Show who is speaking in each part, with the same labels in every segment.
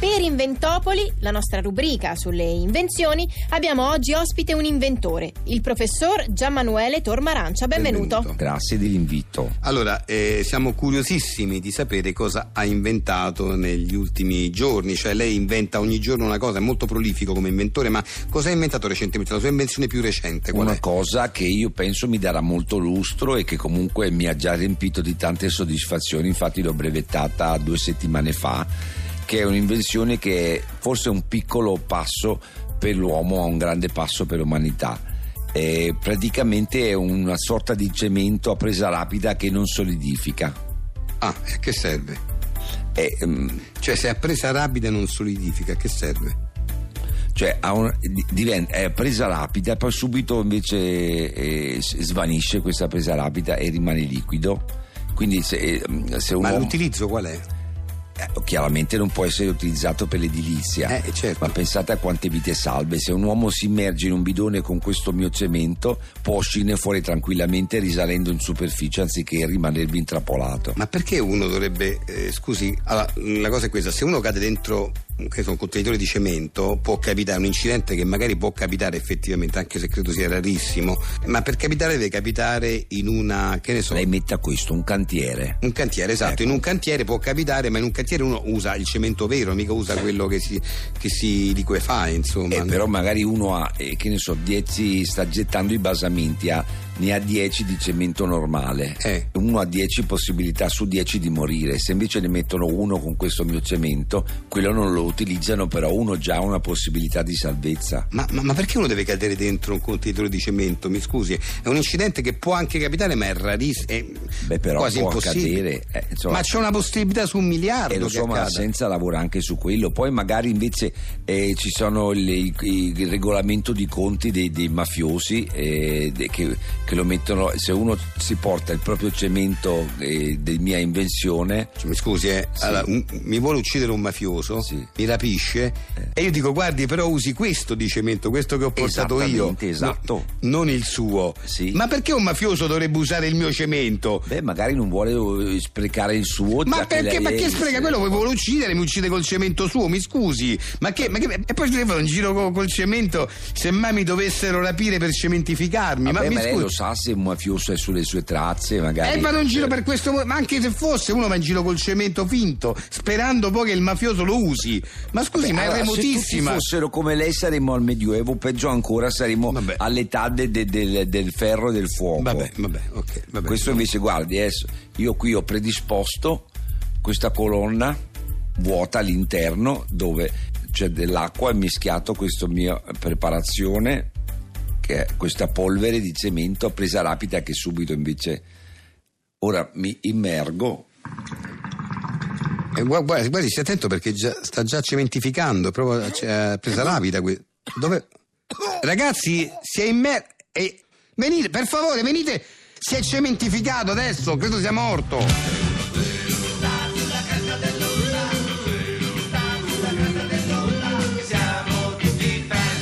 Speaker 1: Per Inventopoli, la nostra rubrica sulle invenzioni, abbiamo oggi ospite un inventore, il professor Gianmanuele Tormarancia. Benvenuto.
Speaker 2: Benvenuto. Grazie dell'invito.
Speaker 3: Allora, eh, siamo curiosissimi di sapere cosa ha inventato negli ultimi giorni, cioè lei inventa ogni giorno una cosa, è molto prolifico come inventore, ma cosa ha inventato recentemente? La sua invenzione più recente qual
Speaker 2: Una
Speaker 3: è?
Speaker 2: cosa che io penso mi darà molto lustro e che comunque mi ha già riempito di tante soddisfazioni, infatti l'ho brevettata due settimane fa, che è un'invenzione che è forse un piccolo passo per l'uomo, ma un grande passo per l'umanità. Eh, praticamente è una sorta di cemento a presa rapida che non solidifica.
Speaker 3: Ah, e a che serve?
Speaker 2: Eh, ehm,
Speaker 3: Cioè se a presa rapida non solidifica, a che serve?
Speaker 2: cioè ha un- di- diventa- è presa rapida, poi subito invece eh, s- svanisce questa presa rapida e rimane liquido. Quindi se, eh, se un
Speaker 3: Ma
Speaker 2: uomo-
Speaker 3: l'utilizzo qual è?
Speaker 2: eh, chiaramente non può essere utilizzato per l'edilizia.
Speaker 3: Eh, certo.
Speaker 2: Ma pensate a quante vite salve. Se un uomo si immerge in un bidone con questo mio cemento, può uscirne fuori tranquillamente risalendo in superficie anziché rimanervi intrappolato.
Speaker 3: Ma perché uno dovrebbe, eh, scusi, allora, la cosa è questa, se uno cade dentro che so, un contenitore di cemento può capitare un incidente che magari può capitare effettivamente, anche se credo sia rarissimo, ma per capitare deve capitare in una, che ne so,
Speaker 2: Lei metta questo, un cantiere.
Speaker 3: un cantiere, esatto,
Speaker 2: Ecco.
Speaker 3: in un cantiere può capitare, ma in un cantiere uno usa il cemento vero, mica usa quello che si, che si liquefà, insomma.
Speaker 2: Eh, però magari uno ha, eh, che ne so, 10 sta gettando i basamenti, ha- ne ha 10 di cemento normale.
Speaker 3: Eh.
Speaker 2: Uno ha 10 possibilità su 10 di morire. Se invece ne mettono uno con questo mio cemento, quello non lo utilizzano, però uno già ha una possibilità di salvezza.
Speaker 3: Ma, ma- ma perché uno deve cadere dentro un contenitore di cemento? Mi scusi, è un incidente che può anche capitare, ma è rarissimo, è
Speaker 2: Beh, però
Speaker 3: quasi
Speaker 2: può
Speaker 3: impossibile.
Speaker 2: accadere. eh, insomma,
Speaker 3: Ma c'è una possibilità su un miliardo
Speaker 2: e lo
Speaker 3: che
Speaker 2: so, ma
Speaker 3: accada.
Speaker 2: la scienza lavora anche su quello. Poi magari invece eh, ci sono il, il- il regolamento di conti dei, dei mafiosi eh, de- che, che lo mettono. Se uno si porta il proprio cemento eh, di mia invenzione,
Speaker 3: Cioè, mi scusi, eh,
Speaker 2: Sì.
Speaker 3: allora, un- mi vuole uccidere un mafioso,
Speaker 2: Sì. Eh.
Speaker 3: mi rapisce e io dico guardi però usi questo di cemento, questo che ho portato io,
Speaker 2: Esattamente, esatto.
Speaker 3: no- non il suo.
Speaker 2: Sì.
Speaker 3: Ma perché un mafioso dovrebbe usare il mio cemento?
Speaker 2: beh, magari non vuole eh, sprecare il suo.
Speaker 3: Ma
Speaker 2: già che
Speaker 3: perché?
Speaker 2: lei
Speaker 3: Ma
Speaker 2: è-
Speaker 3: chi spreca quello? Mi vuole uccidere, mi uccide col cemento suo, mi scusi. Ma che? ma che- e poi se vado in giro co- col cemento, semmai mi dovessero rapire per cementificarmi.
Speaker 2: Vabbè,
Speaker 3: ma mi
Speaker 2: ma lei
Speaker 3: scusi. Eh,
Speaker 2: lo sa se un mafioso è sulle sue tracce, magari.
Speaker 3: E vado in giro per questo mo- ma anche se fosse uno va in giro col cemento finto, sperando poi che il mafioso lo usi. Ma scusi,
Speaker 2: Beh,
Speaker 3: ma
Speaker 2: allora,
Speaker 3: è
Speaker 2: Se
Speaker 3: remotissima.
Speaker 2: tutti fossero come lei saremmo al Medioevo, peggio ancora saremmo
Speaker 3: Vabbè.
Speaker 2: all'età de- de- del- del ferro e del fuoco.
Speaker 3: Vabbè, vabbè, ok, vabbè.
Speaker 2: Questo invece, guardi, adesso io qui ho predisposto questa colonna vuota all'interno dove c'è dell'acqua e mischiato questa mia preparazione, che è questa polvere di cemento a presa rapida che subito invece... Ora mi immergo
Speaker 3: Eh, gua- guardi, guardi, stia attento perché già- sta già cementificando, è proprio eh, cioè, presa rapida qui. Dove- Ragazzi, si è immerso venite, per favore, venite. Si è cementificato adesso, credo sia morto.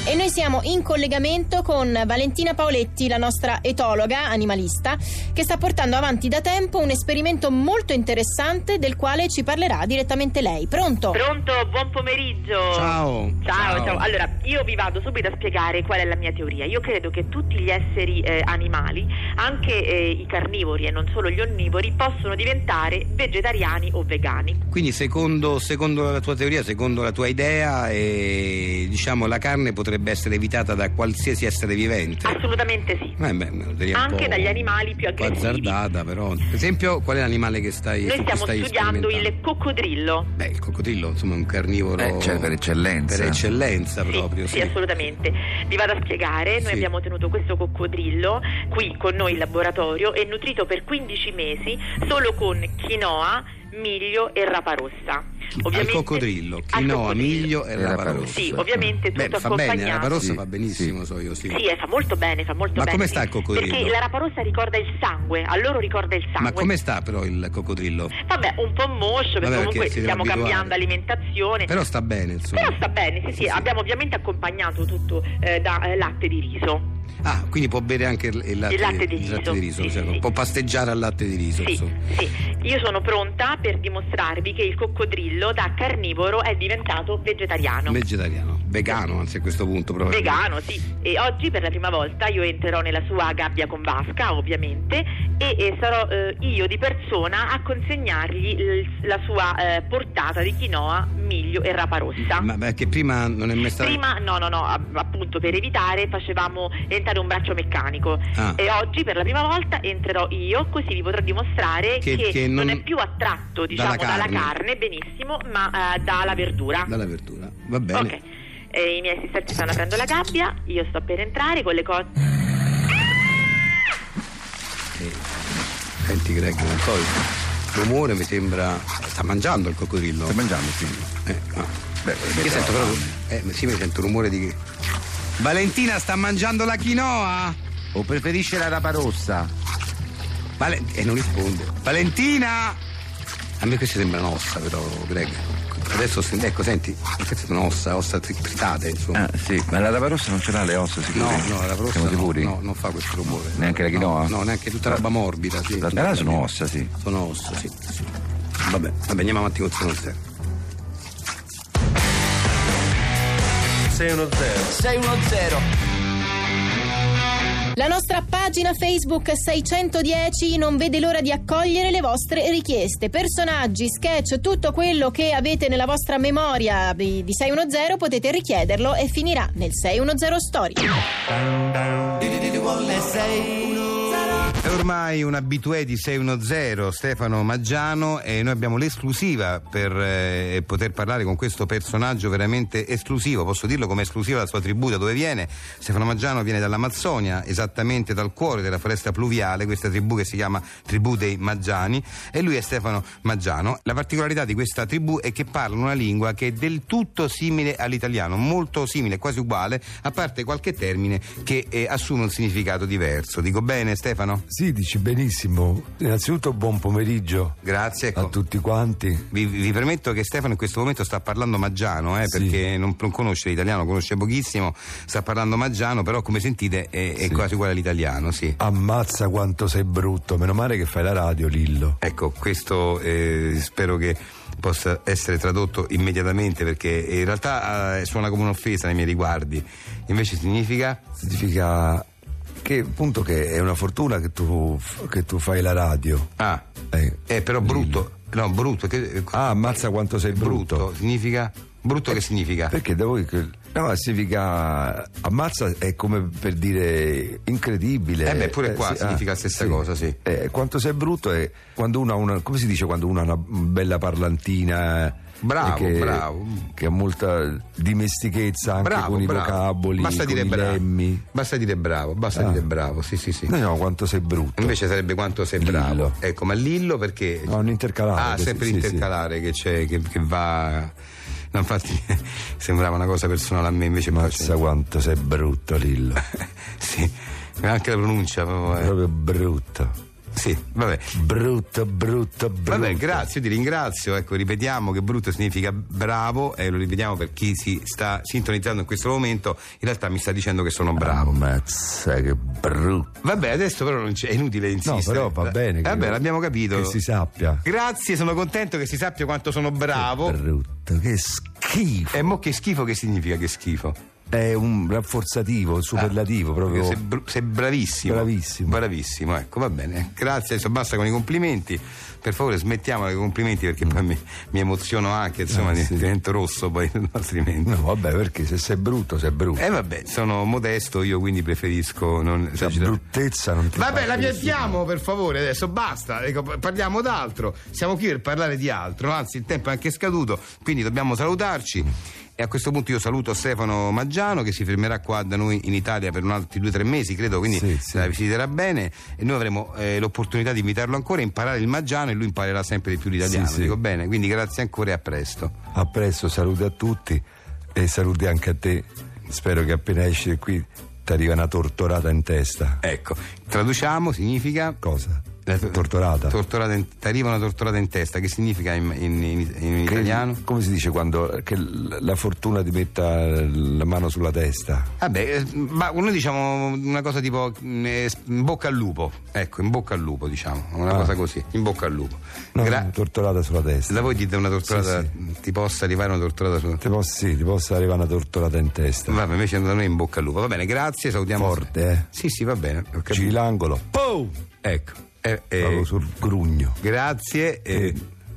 Speaker 1: E noi siamo in collegamento con Valentina Paoletti, la nostra etologa animalista, che sta portando avanti da tempo un esperimento molto interessante del quale ci parlerà direttamente lei. Pronto?
Speaker 4: Pronto, buon pomeriggio.
Speaker 3: Ciao.
Speaker 4: Ciao, ciao. Allora, io vi vado subito a spiegare qual è la mia teoria. Io credo che tutti gli esseri eh, animali, anche eh, i carnivori e non solo gli onnivori, possono diventare vegetariani o vegani.
Speaker 3: Quindi secondo, secondo la tua teoria, secondo la tua idea, eh, diciamo la carne potrebbe essere evitata da qualsiasi essere vivente.
Speaker 4: Assolutamente sì.
Speaker 3: Eh beh, una teoria un
Speaker 4: Anche
Speaker 3: po'
Speaker 4: dagli animali più
Speaker 3: un po'
Speaker 4: aggressivi.
Speaker 3: azzardata, però. Per esempio, qual è l'animale che stai
Speaker 4: Noi
Speaker 3: su cui
Speaker 4: stiamo
Speaker 3: stai
Speaker 4: studiando
Speaker 3: sperimentando?
Speaker 4: il coccodrillo.
Speaker 3: Beh, il coccodrillo, insomma, è un carnivoro.
Speaker 2: Eh, cioè, per eccellenza.
Speaker 3: Per eccellenza
Speaker 4: Sì,
Speaker 3: proprio,
Speaker 4: sì, assolutamente. Vi vado a spiegare, noi
Speaker 3: Sì.
Speaker 4: abbiamo tenuto questo coccodrillo qui con noi in laboratorio e nutrito per 15 mesi solo con quinoa, miglio e rapa rossa.
Speaker 3: Al
Speaker 4: Ovviamente-
Speaker 3: coccodrillo,
Speaker 4: al
Speaker 3: quinoa,
Speaker 4: coccodrillo.
Speaker 3: miglio e
Speaker 2: E rapa
Speaker 3: rapa
Speaker 2: rossa.
Speaker 3: rossa.
Speaker 4: Sì, ovviamente
Speaker 3: Beh,
Speaker 4: tutto
Speaker 3: fa bene, la rapa
Speaker 4: accompagnato.
Speaker 3: rossa
Speaker 2: Sì,
Speaker 3: fa benissimo, so io, sì.
Speaker 4: Sì, eh, fa molto bene, fa molto
Speaker 3: Ma
Speaker 4: bene.
Speaker 3: come sta il coccodrillo?
Speaker 4: Perché la rapa rossa ricorda il sangue, a loro ricorda il sangue.
Speaker 3: Ma come sta però il coccodrillo?
Speaker 4: Vabbè, un po' moscio, perché
Speaker 3: Vabbè, perché
Speaker 4: comunque
Speaker 3: si deve
Speaker 4: stiamo
Speaker 3: abituare.
Speaker 4: cambiando alimentazione.
Speaker 3: Però sta bene, insomma.
Speaker 4: Però sta bene, sì, sì, abbiamo ovviamente accompagnato tutto eh, da eh, latte di riso.
Speaker 3: Ah, quindi può bere anche il, il latte,
Speaker 4: Il latte di riso. Sì,
Speaker 3: cioè,
Speaker 4: sì.
Speaker 3: può pasteggiare al latte di riso.
Speaker 4: Sì,
Speaker 3: insomma.
Speaker 4: sì. Io sono pronta per dimostrarvi che il coccodrillo da carnivoro è diventato vegetariano.
Speaker 3: Vegetariano, vegano anzi a questo punto probabilmente.
Speaker 4: Vegano, sì. E oggi per la prima volta io entrerò nella sua gabbia con vasca, ovviamente, e, e sarò eh, io di persona a consegnargli il- la sua eh, portata di quinoa, miglio e rapa rossa.
Speaker 3: Ma perché prima non è mai stato.
Speaker 4: Prima, no, no, no, a- appunto per evitare facevamo entrare un braccio meccanico
Speaker 3: Ah.
Speaker 4: e oggi per la prima volta entrerò io così vi potrò dimostrare
Speaker 3: Che-
Speaker 4: che,
Speaker 3: che
Speaker 4: non...
Speaker 3: non-
Speaker 4: è più attratto
Speaker 3: dalla
Speaker 4: diciamo dalla carne,
Speaker 3: carne.
Speaker 4: benissimo, ma eh, dalla verdura.
Speaker 3: Dalla verdura. Va bene.
Speaker 4: Ok. E I miei assistenti stanno aprendo la gabbia, io sto per entrare con le cose.
Speaker 3: Senti Greg, non so. il L'umore mi sembra. Sta mangiando il coccodrillo.
Speaker 2: Stai mangiando, figlio?
Speaker 3: Eh, ah.
Speaker 2: Beh,
Speaker 3: Che
Speaker 2: beh,
Speaker 3: sento
Speaker 2: però-
Speaker 3: proprio. Eh, sì, mi sento un rumore di. Valentina sta mangiando la quinoa?
Speaker 2: O preferisce la rapa rossa?
Speaker 3: Vale- E non risponde. Valentina! A me questa sembra un'ossa, però, Greg. Adesso, sen- ecco, senti, questa è un'ossa, ossa tri- tritate, insomma.
Speaker 2: Ah, sì, ma la rapa rossa non ce l'ha le ossa,
Speaker 3: No,
Speaker 2: sicuro?
Speaker 3: no, la rossa
Speaker 2: Siamo
Speaker 3: no,
Speaker 2: sicuri?
Speaker 3: no, non fa questo rumore.
Speaker 2: Neanche la quinoa?
Speaker 3: No, no, neanche tutta roba morbida, sì.
Speaker 2: La terra sono ossa, sì.
Speaker 3: Sono ossa, sì. sì. Vabbè, vabbè, andiamo avanti con il serio.
Speaker 5: 610
Speaker 1: La nostra pagina Facebook 610 non vede l'ora di accogliere le vostre richieste. Personaggi, sketch, tutto quello che avete nella vostra memoria di di 610 potete richiederlo e finirà nel 610 Story.
Speaker 3: È ormai un abitué di 610 Stefano Maggiano e noi abbiamo l'esclusiva per eh, poter parlare con questo personaggio veramente esclusivo, posso dirlo come esclusiva la sua tribù da dove viene. Stefano Maggiano viene dall'Amazzonia, esattamente dal cuore della foresta pluviale, questa tribù che si chiama tribù dei Maggiani e lui è Stefano Maggiano. La particolarità di questa tribù è che parlano una lingua che è del tutto simile all'italiano, molto simile, quasi uguale, a parte qualche termine che eh, assume un significato diverso. Dico bene Stefano?
Speaker 5: Sì, dici benissimo. Innanzitutto buon pomeriggio
Speaker 3: Grazie.
Speaker 5: a
Speaker 3: ecco.
Speaker 5: tutti quanti.
Speaker 3: Vi, vi permetto che Stefano in questo momento sta parlando Maggiano, eh,
Speaker 5: Sì.
Speaker 3: perché non, non conosce l'italiano, conosce pochissimo, sta parlando Maggiano, però come sentite è, è
Speaker 5: Sì.
Speaker 3: quasi uguale all'italiano, sì.
Speaker 5: Ammazza quanto sei brutto, meno male che fai la radio, Lillo.
Speaker 3: Ecco, questo eh, spero che possa essere tradotto immediatamente perché in realtà eh, suona come un'offesa nei miei riguardi, invece significa...
Speaker 5: Significa che appunto che è una fortuna che tu, che tu fai la radio.
Speaker 3: Ah,
Speaker 5: Eh,
Speaker 3: è però brutto, no, brutto, che, eh,
Speaker 5: Ah, ammazza quanto sei brutto.
Speaker 3: brutto, significa... Brutto che significa?
Speaker 5: Perché da voi che. No, significa. Ammazza è come per dire incredibile. ah,
Speaker 3: Eh beh, pure qua significa la stessa cosa, sì.
Speaker 5: Eh, quanto sei brutto è quando uno ha una. come si dice quando uno ha una bella parlantina.
Speaker 3: Bravo,
Speaker 5: eh, che,
Speaker 3: bravo.
Speaker 5: Che ha molta dimestichezza anche con i vocaboli,
Speaker 3: Basta
Speaker 5: con
Speaker 3: dire
Speaker 5: i
Speaker 3: bravo.
Speaker 5: lemmi.
Speaker 3: Basta dire bravo, basta
Speaker 5: Ah.
Speaker 3: dire bravo, sì, sì, sì.
Speaker 5: No, no, quanto sei brutto.
Speaker 3: Invece sarebbe quanto sei
Speaker 5: Lillo.
Speaker 3: bravo. Ecco, ma Lillo perché.
Speaker 5: No, un intercalare,
Speaker 3: Ah,
Speaker 5: così,
Speaker 3: sempre
Speaker 5: sì,
Speaker 3: l'intercalare che c'è, che, che va. No, infatti sembrava una cosa personale a me, invece poi
Speaker 5: Ammazza quanto sei brutto, Lillo.
Speaker 3: c'è- Sì, anche la pronuncia. proprio, eh.
Speaker 5: Proprio brutto.
Speaker 3: Sì, vabbè.
Speaker 5: Brutto, brutto, brutto.
Speaker 3: Vabbè, grazie, io ti ringrazio. Ecco, ripetiamo che brutto significa bravo e lo ripetiamo per chi si sta sintonizzando in questo momento. In realtà mi sta dicendo che sono bravo.
Speaker 5: Ammazza che brutto.
Speaker 3: Vabbè, adesso però non c'è, è inutile
Speaker 5: No,
Speaker 3: insistere.
Speaker 5: però va bene. che-
Speaker 3: Vabbè, l'abbiamo capito.
Speaker 5: Che si sappia.
Speaker 3: Grazie, sono contento che si sappia quanto sono bravo.
Speaker 5: Brutto, che schifo.
Speaker 3: E mo che schifo che significa che schifo?
Speaker 5: È un rafforzativo, un superlativo proprio.
Speaker 3: Sei, br- sei bravissimo.
Speaker 5: Oh. Bravissimo.
Speaker 3: Bravissimo, ecco, va bene. Grazie, adesso basta con i complimenti. Per favore smettiamola con i complimenti perché poi mi, mi emoziono anche, insomma,
Speaker 5: Ah,
Speaker 3: di-
Speaker 5: sì.
Speaker 3: divento rosso poi altrimenti.
Speaker 5: No, vabbè, perché se sei brutto, sei brutto.
Speaker 3: E vabbè, sono modesto io, quindi preferisco non cioè,
Speaker 5: La
Speaker 3: esagerare.
Speaker 5: bruttezza non ti
Speaker 3: Vabbè,
Speaker 5: fa
Speaker 3: la
Speaker 5: nessuno.
Speaker 3: piantiamo per favore adesso, basta, ecco, parliamo d'altro. Siamo qui per parlare di altro, anzi il tempo è anche scaduto, quindi dobbiamo salutarci. E a questo punto io saluto Stefano Maggiano che si fermerà qua da noi in Italia per un altri due o tre mesi, credo, quindi
Speaker 5: Sì, sì.
Speaker 3: la visiterà bene e noi avremo eh, l'opportunità di invitarlo ancora, imparare il Maggiano e lui imparerà sempre di più l'italiano.
Speaker 5: Sì, sì.
Speaker 3: Dico bene, quindi grazie ancora e a presto.
Speaker 5: A presto, saluti a tutti e saluti anche a te. Spero che appena esci da qui ti arriva una tortorata in testa.
Speaker 3: Ecco, traduciamo significa
Speaker 5: Cosa?
Speaker 6: La to-
Speaker 5: Torturata.
Speaker 6: torturata in- ti arriva una torturata in testa, che significa in, in- in- in
Speaker 5: Che-
Speaker 6: italiano?
Speaker 5: Come si dice quando che l- la fortuna ti metta la mano sulla testa?
Speaker 6: Vabbè, eh, ma noi diciamo una cosa tipo mm, eh, in bocca al lupo, ecco, in bocca al lupo diciamo, una
Speaker 5: Ah.
Speaker 6: cosa così, in bocca al lupo.
Speaker 5: No,
Speaker 6: Gra-
Speaker 5: torturata sulla testa.
Speaker 6: da voi dite una torturata,
Speaker 5: Sì,
Speaker 6: ti possa arrivare una torturata su...
Speaker 5: Ti possa, sì, ti possa arrivare una torturata in testa.
Speaker 6: Vabbè, invece da noi in bocca al lupo. Va bene, grazie, salutiamo.
Speaker 5: Forte, eh.
Speaker 6: Sì, sì, va bene. ho capito.
Speaker 5: Giri l'angolo,
Speaker 6: Ecco. eh, eh,
Speaker 5: proprio sul grugno.
Speaker 6: grazie. eh,
Speaker 5: E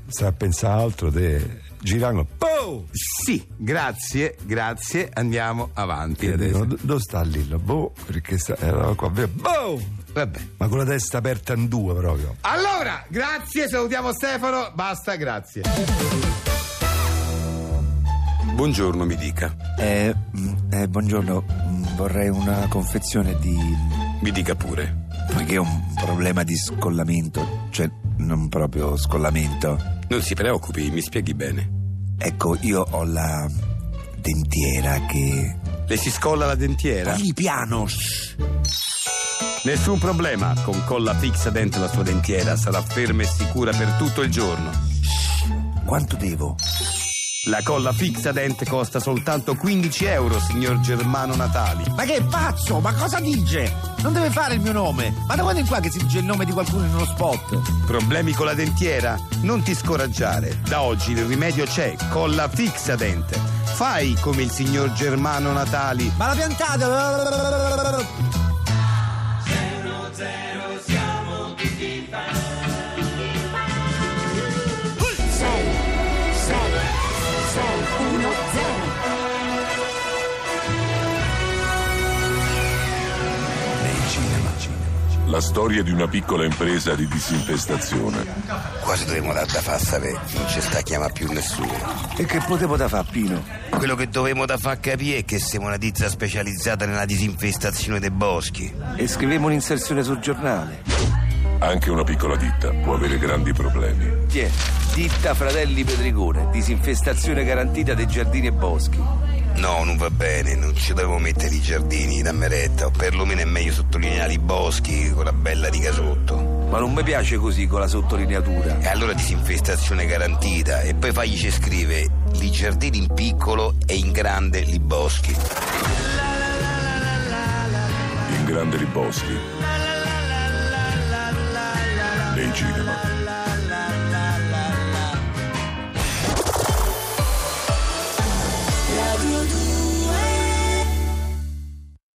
Speaker 5: sta a pensare a altro, te giri l'angolo, boom!
Speaker 6: sì, grazie, grazie. Andiamo avanti
Speaker 5: Io
Speaker 6: adesso.
Speaker 5: dico, "Do- dove sta lì? Lo boh, perché sta, era qua, via, boom!
Speaker 6: Vabbè.
Speaker 5: Ma con la testa aperta in due proprio.
Speaker 6: Allora, grazie, salutiamo Stefano. Basta, grazie.
Speaker 7: Buongiorno, mi dica.
Speaker 2: Eh, mm, eh, buongiorno, Mm, vorrei una confezione di...
Speaker 7: Mi dica pure.
Speaker 2: perché ho un problema di scollamento, cioè non proprio scollamento.
Speaker 7: Non si preoccupi, mi spieghi bene.
Speaker 2: Ecco, io ho la dentiera che...
Speaker 7: Le si scolla la dentiera?
Speaker 2: Parli piano! shh.
Speaker 7: Nessun problema. Con Colla Fix dentro la sua dentiera sarà ferma e sicura per tutto il giorno.
Speaker 2: Quanto devo?
Speaker 7: La colla fixa dente costa soltanto 15 euro, signor Germano Natali.
Speaker 8: Ma che pazzo? Ma cosa dice? Non deve fare il mio nome. Ma da quando in qua che si dice il nome di qualcuno in uno spot?
Speaker 7: Problemi con la dentiera? Non ti scoraggiare. Da oggi il rimedio c'è, colla fixa dente. Fai come il signor Germano Natali.
Speaker 8: Ma la piantata!
Speaker 9: La storia di una piccola impresa di disinfestazione.
Speaker 3: Quasi dovremmo dar da fa a sapere, non ci sta a chiamare più nessuno.
Speaker 2: E che potevo da fare, Pino?
Speaker 3: Quello che dovremmo da far capire è che siamo una tizia specializzata nella disinfestazione dei boschi.
Speaker 2: E scrivevo un'inserzione sul giornale.
Speaker 9: Anche una piccola ditta può avere grandi problemi.
Speaker 2: Tiè, ditta Fratelli Pedricone, disinfestazione garantita dei giardini e boschi.
Speaker 3: No, non va bene, non ci dovevo mettere i giardini da meretta, o perlomeno è meglio sottolineare i boschi con la bella riga sotto.
Speaker 2: Ma non mi piace così con la sottolineatura.
Speaker 3: E allora disinfestazione garantita, e poi fagli ci scrive i giardini in piccolo e in grande i boschi.
Speaker 9: In grande riboschi. Nei cinema.